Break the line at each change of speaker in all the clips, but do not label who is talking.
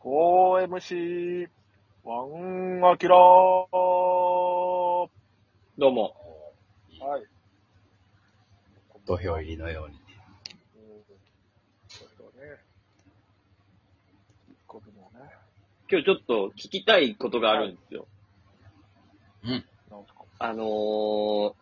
OMC、ワンアキラー。は
どうも。
い。
土俵入りのように。
うんそうだね。こもね。
今日ちょっと聞きたいことがあるんですよ。
なんすか。
あのー、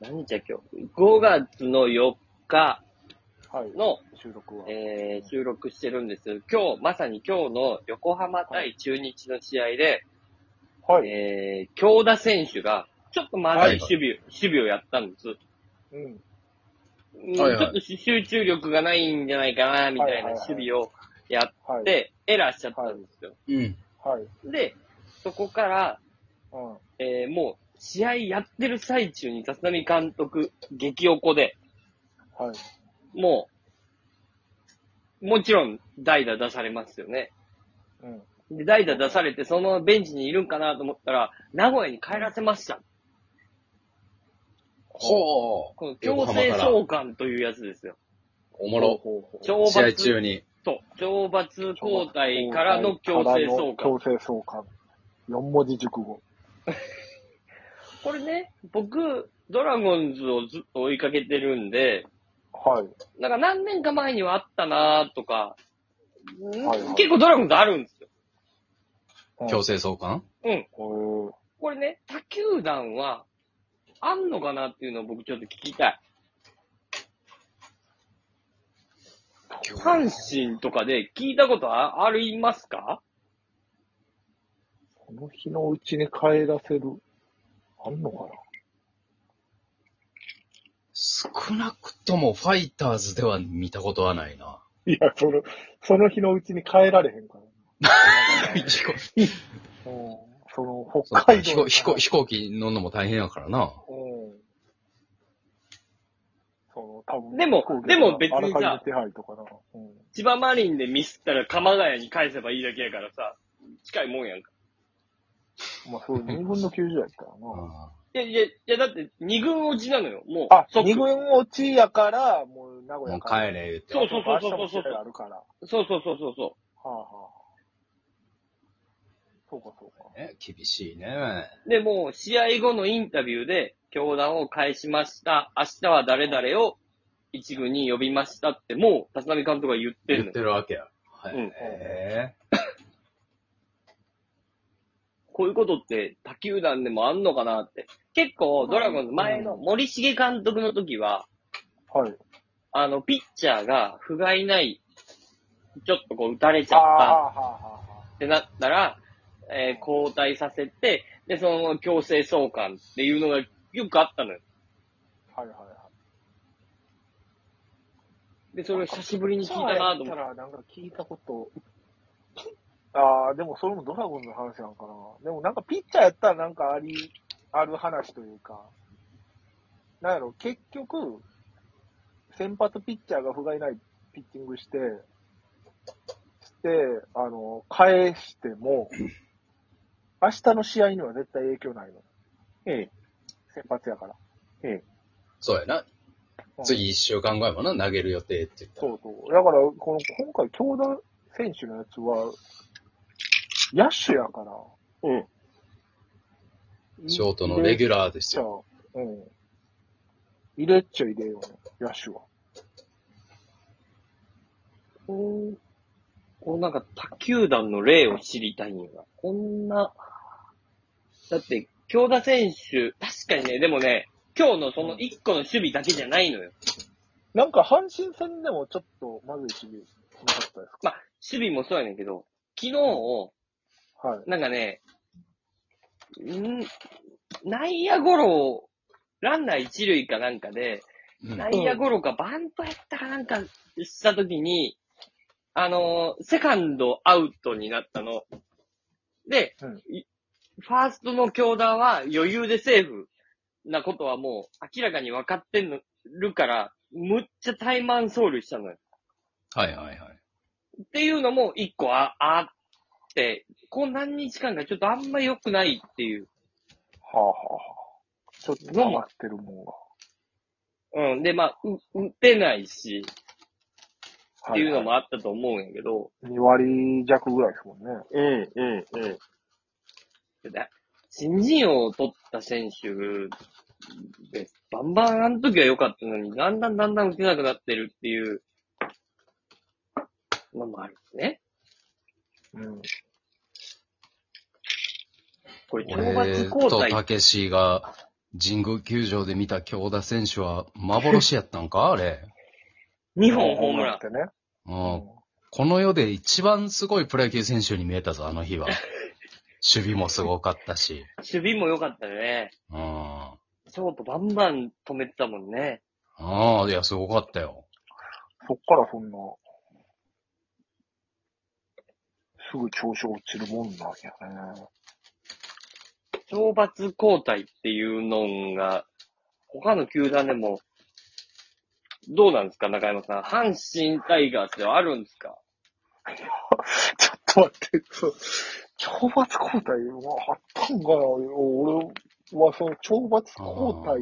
何日だっけ5月の4日
はい。
の、
収録は。
えー収録してるんです。今日、まさに今日の横浜対中日の試合で、
はい。
えー、京田選手が、ちょっとまずい守備、守備をやったんです。
うん。
うん
はいはい
ちょっと集中力がないんじゃないかな、みたいな
はいはいはい
守備をやっ
はい。
て、エラーしちゃったんですよ。
うん。
はい。
で、そこから、
うん。
えーもう、試合やってる最中に、立浪監督、激おこで、
はい。
もう、もちろん、代打出されますよね。
うん。
で、代打出されて、そのベンチにいるんかなと思ったら、名古屋に帰らせました。
ほう
この強
横浜か
制
ら
召喚というやつですよ。
お
ほ
もろ。
ほうほう
懲罰
試合中に。
と、懲罰交代からの強制送還。
強制送還。4文字熟語。
これね、僕、ドラゴンズをずっと追いかけてるんで、
はい。
なんか何年か前にはあったなとか、うん
はいはい
結構ドラゴンズあるんですよ。
うん
強。制送還
うん。
おー
これね、他球団は、あんのかなっていうのを僕ちょっと聞きたい。阪神とかで聞いたことあありますか
この日のうちに帰らせる。あんのか
少なくともファイターズでは見たことはない な。
ないや、その、その日のうちに帰られへんから。
飛行
うんその、北海
飛
道
行飛行飛行機乗るのも大変やからな。
うんその、多分
でもでも別にさ
あらかじめ手配とかな。うん。
千葉マリンでミスったら鎌ヶ谷に返せばいいだけやからさ、近いもんやんか。
まあ、そう、2分の90やったらな。
あ
いやいや、いやだって二軍落ちなのよ、もう。
あ、
即
2軍落ちやから、もう名古
あも
屋
う帰れ言って。
そうそうそうそうそう
明日も試合あるから。は
そうそうそうそうそ
あはあ。そうか、そうか。
ね厳しいね。
う。で、もう試合後のインタビューで、教団を返しました。明日は誰々を一軍に呼びましたって、もう、立浪監督が言ってる
言っ
の
て
よ。
るわけや。はい。
うん
へえ
こういうことって、他球団でもあんのかなって。結構、ドラゴンズ前の森重監督の時は、
はい。
あの、ピッチャーが不甲斐ない、ちょっとこう打たれち
あ
ゃ
あ、
った
はあ、は
ってなったら、えー交代させて、で、その強制送還っていうのがよくあったのよ。
あ、はあ。はい、はい、はい。
で、それを久しぶりに聞いたなと
そう
思
や
っ
ったら、なんか聞いたこと。ああ、でもそれもドラゴンズの話なんかな。でもなんかピッチャーやったらなんかあり、ある話というか。なんやろ、結局、先発ピッチャーが不甲斐ないピッチングして、して、あの、返しても、明日の試合には絶対影響ないの。
て。
先発やから。
そうやな。
うん
次一週間後やもんな、投げる予定って言ったら。
そうそう。だから、この、今回、京田選手のやつは、野手やから。
うん。
ショートのレギ
ュ
ュラーです
じゃ
よ。
あ、うん。入れっちゃ入れようね、野手は。
うん。こうなんか他球団の例を知りたいんだ。こんな、だって、京田選手、確かにね、でもね、今日のその一個の守備だけじゃないのよ。
なんか、阪神戦でもちょっと、まずい守備、なかったです
まあ、守備もそうやねんけど、昨日、
かはい。
なんかね、ん内野ゴロを、ランナー一塁かなんかで、
うん
内野ゴロかバントやったかなんかしたときに、あのーセカンドアウトになったの。で、
うん
いファーストの強打は余裕でセーフなことはもう明らかに分かってんのるから、むっちゃ怠慢走塁したのよ。
はいはいはい。
っていうのも一個ああって、こう何日間かちょっとあんま良くないっていう。
はあはあはあ。ちょっと溜まってるもんが。
うん。で、まあ、う打てないし、っていうのもあったと思うんやけど、
2割弱ぐらいですもんね。
うん、うん、うん。だ新人王を取った選手で、バンバンあの時は良かったのに、だんだんだんだん打てなくなってるっていうのもあるんですね。
うん。
これ、懲罰
俺
交
と
代
たけしが神宮球場で見た京田選手は幻やったん かあれ。
2本ホームラン
っ。てね。
もう、この世で一番すごいプロ野球選手に見えたぞ、あ の日は。守備もすごかったし。
守備も良かったよね。
うん。あ
ショートバンバン止めてたもんね。
あ、いや、すごかったよ。
そっからそんな、すぐ調子落ちるもんなんやね。
懲罰交代っていうのが、他の球団でも、どうなんですか、中山さん。阪神タイガースではあるんですか
ちょっと待って、そう、懲罰交代はあったんかな俺はその懲罰交代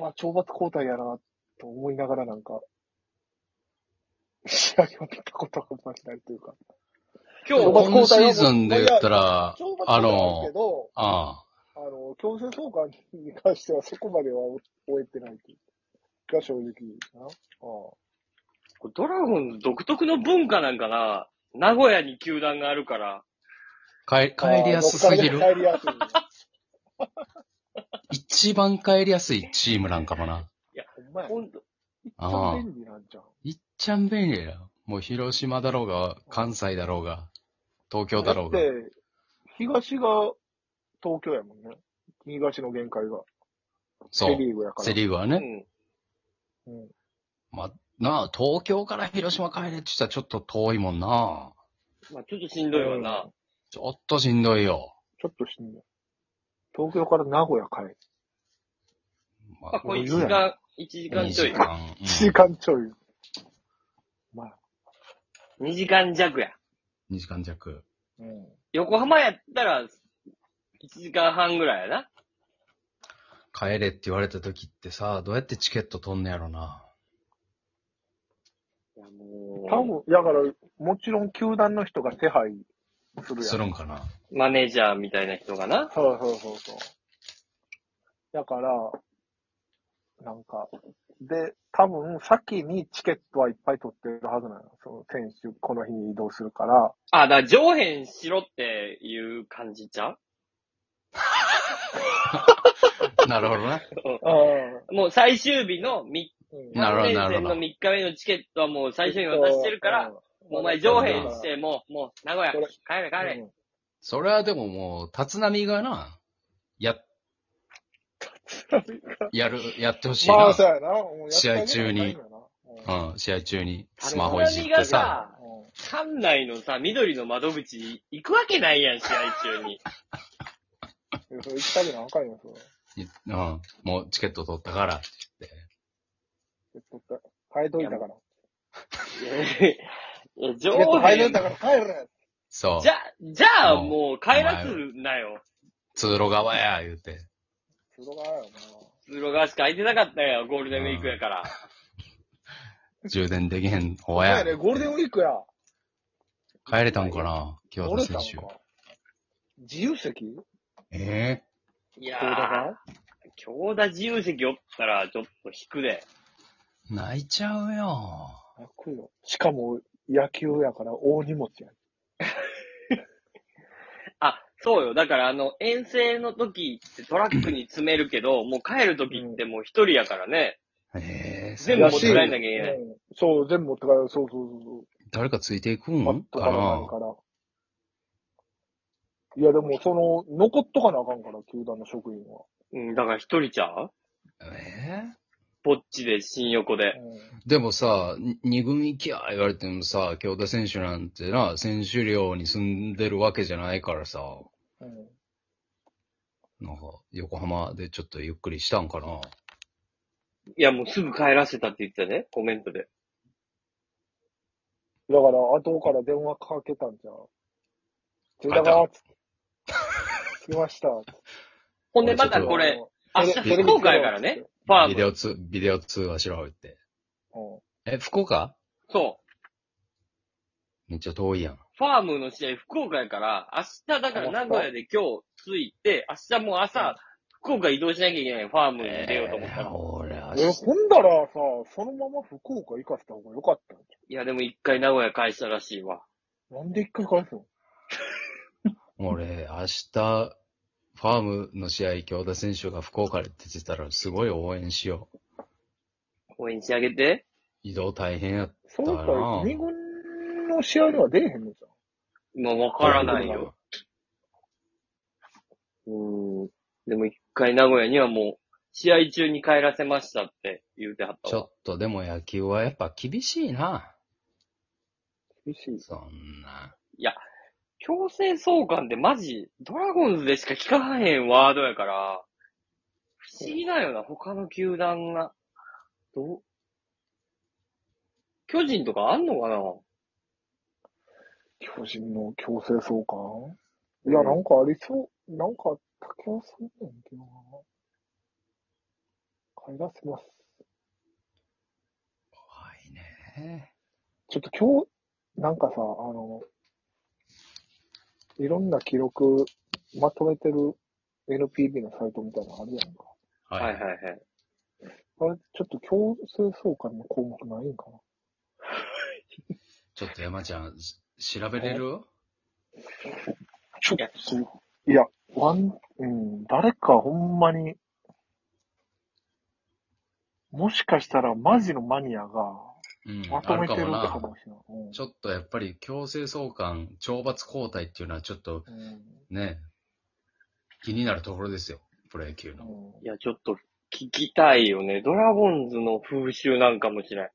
は懲罰交代やなと思いながらなんか、 試合を見たことがあんまりないというか。
今
懲罰
日、
交代は
今シーズンで言ったら
懲罰交代はあるけど、
あ
あの、強制送還に関してはそこまでは終えてないというが正直な。ああ
ドラゴンズ独特の文化なんかな名古屋に球団があるから。
あ、帰帰りやすすぎる。
帰りやすい。
一番帰りやすいチームなんかもな。
ほんまや。
ほんと
ああ
便利なんじゃん。
いっちゃん便利だよ。もう広島だろうが、関西だろうが、東京だろうが
だっ。て、東が東京やもんね。東の限界が。
そ
セ
う。
リーグやから。
セリーグは
う
ね。
ん。
うん、
まあ、なあ、東京から広島帰れって言ったらちょっと遠いもんな。
まあ、ちょっとしんどいわな。
ちょっとしんどいよ。
ちょっとしんどい。東京から名古屋帰る。
ま
まあ、これ1
一
時間、1時間ちょい。
間
1時間ちょい。まあ、
2時間弱や。
うん、2時間弱。
うん。
横浜やったら、1時間半ぐらいやな。
帰れって言われた時ってさ、どうやってチケット取んねやろな。
いや、もう、
多分、だから、もちろん球団の人が手配するやん。
するんかな。
マネージャーみたいな人がな。
そうそうそうそう。だから、なんか、で、多分先にチケットはいっぱい取ってるはずなの。その選手、この日に移動するから。
あ、だから上辺しろっていう感じちゃう
なるほどな。
ああ。
もう最終日の3、
うん
なるほど
3連戦の3日目のチケットはもう最終日に渡してるから、も、うお前上辺して、もう、もう名古屋、
これ
帰れ帰れ。
うん
それはでももう、立浪がな、や、やる、やってほしいな。
まあ、そうやな。もうやってあげな
試合中に
あかんよな。
うん、試合中にス
立
マ
浪
ホいじって
が
さ。
さ、
うんうん
館内のさ、緑の窓口行くわけないやん、試合 中に。
いやそれ行ったげなあかんよ、それ。
いうん、もうチケット取ったからって言って。
絶対変えといたから。
いやいや上
チケット変えと
辺
いたから帰れ
そう
じ。ゃ、じゃあ
うん
もう帰らすなよ。
通路側や、言うて。
それがやな。
通路側しか空いてなかったよ、ゴールデンウィークやから。
充電できへん方
お
や
前。ね、ゴールデンウィークや。
帰れたんかな京
折
田
れた
選
ん
手。
か。自由席
ええ
いや
それだ
ー
な。、
京田自由席おったらちょっと引くで。
泣いちゃうよ。
泣くよ。しかも、野球やから大荷物や。
あ、そうよ。だから、あの、遠征の時ってトラックに詰めるけど、もう帰る時ってもう一人やからね。
ええ
全部持
持
っ
ってて
帰
帰
ら
ら
なきゃいけない。
うんそう、全部持って帰る。そうそうそうそう。
誰かついていくん
パッと
か
か
な
なから。いや、でも、その、残っとかなあかんから、球団の職員は。
うん、だから一人ちゃう
ええ
ぼっちで、新横で。
でもさ、に二軍行きや言われてもさ、京田選手なんてな、選手寮に住んでるわけじゃないからさ、
うん。うん。
なんか、横浜でちょっとゆっくりしたんかない
や、もうすぐ帰らせたって言ってたね、コメントで。
だから、後から電話かけたんじゃん。ついだかつ着きました。
ほんで、またこれ、
あの、
明日
テレビ
非公開からね。ファ
ビ
ー
デ
ム。
オ通、ビデオ通話しろ、言って。
うん。
え、福岡
そう。
めっちゃ遠いやん。
ファームの試合、福岡やから、明日だから名古屋で今日着いて、明日もう朝、福岡移動しなきゃいけないファームに出ようと思った
えー
の。
俺、明
え、
日
ほんだらさ、そのまま福岡行かせた方が良かったんじ
いや、でも一回名古屋返したらしいわ。
ゃん。なんで一回返すの
俺、明日、ファームの試合、京田選手が福岡で出てたら、すごい応援しよう。
応援してあげて。
移動大変やっ
そう
だから
か、二軍の試合には出えへんのじゃん。
まあ、わ
た。
からないよ。。うーん。でも一回名古屋にはもう、試合中に帰らせましたって言うてはっ
ち
た
ょ
わ。
っとでも野球はやっぱ厳しいな。
厳しい。
そんな。
強制送還ってマジ、ドラゴンズでしか聞かへんワードやから、不思議だよな、他の球団が。どう巨人とかあんのかな
巨人の強制送還いや、なんかありそう。なんかあった気がするねんけどな。帰らせます。
怖いね。
ちょっと今日、なんかさ、あの、いろんな記録まとめてる NPB のサイトみたいなのあるやんか。
は
はいはいはい。
あれ、ちょっと強制送還の項目ないんかな
ちょっと山ちゃん、し調べれる
ちょっと、いや、ワン、うん、誰かほんまに、もしかしたらマジのマニアが
うん。
まとめてるって
あ
か
るかもな。
もしれない。うん
ちょっとやっぱり強制送還、懲罰交代っていうのはちょっと
う
ね、気になるところですよ。プロ野球の。
んうん
いや、ちょっと聞きたいよね。ドラゴンズの風習なんかもしれない。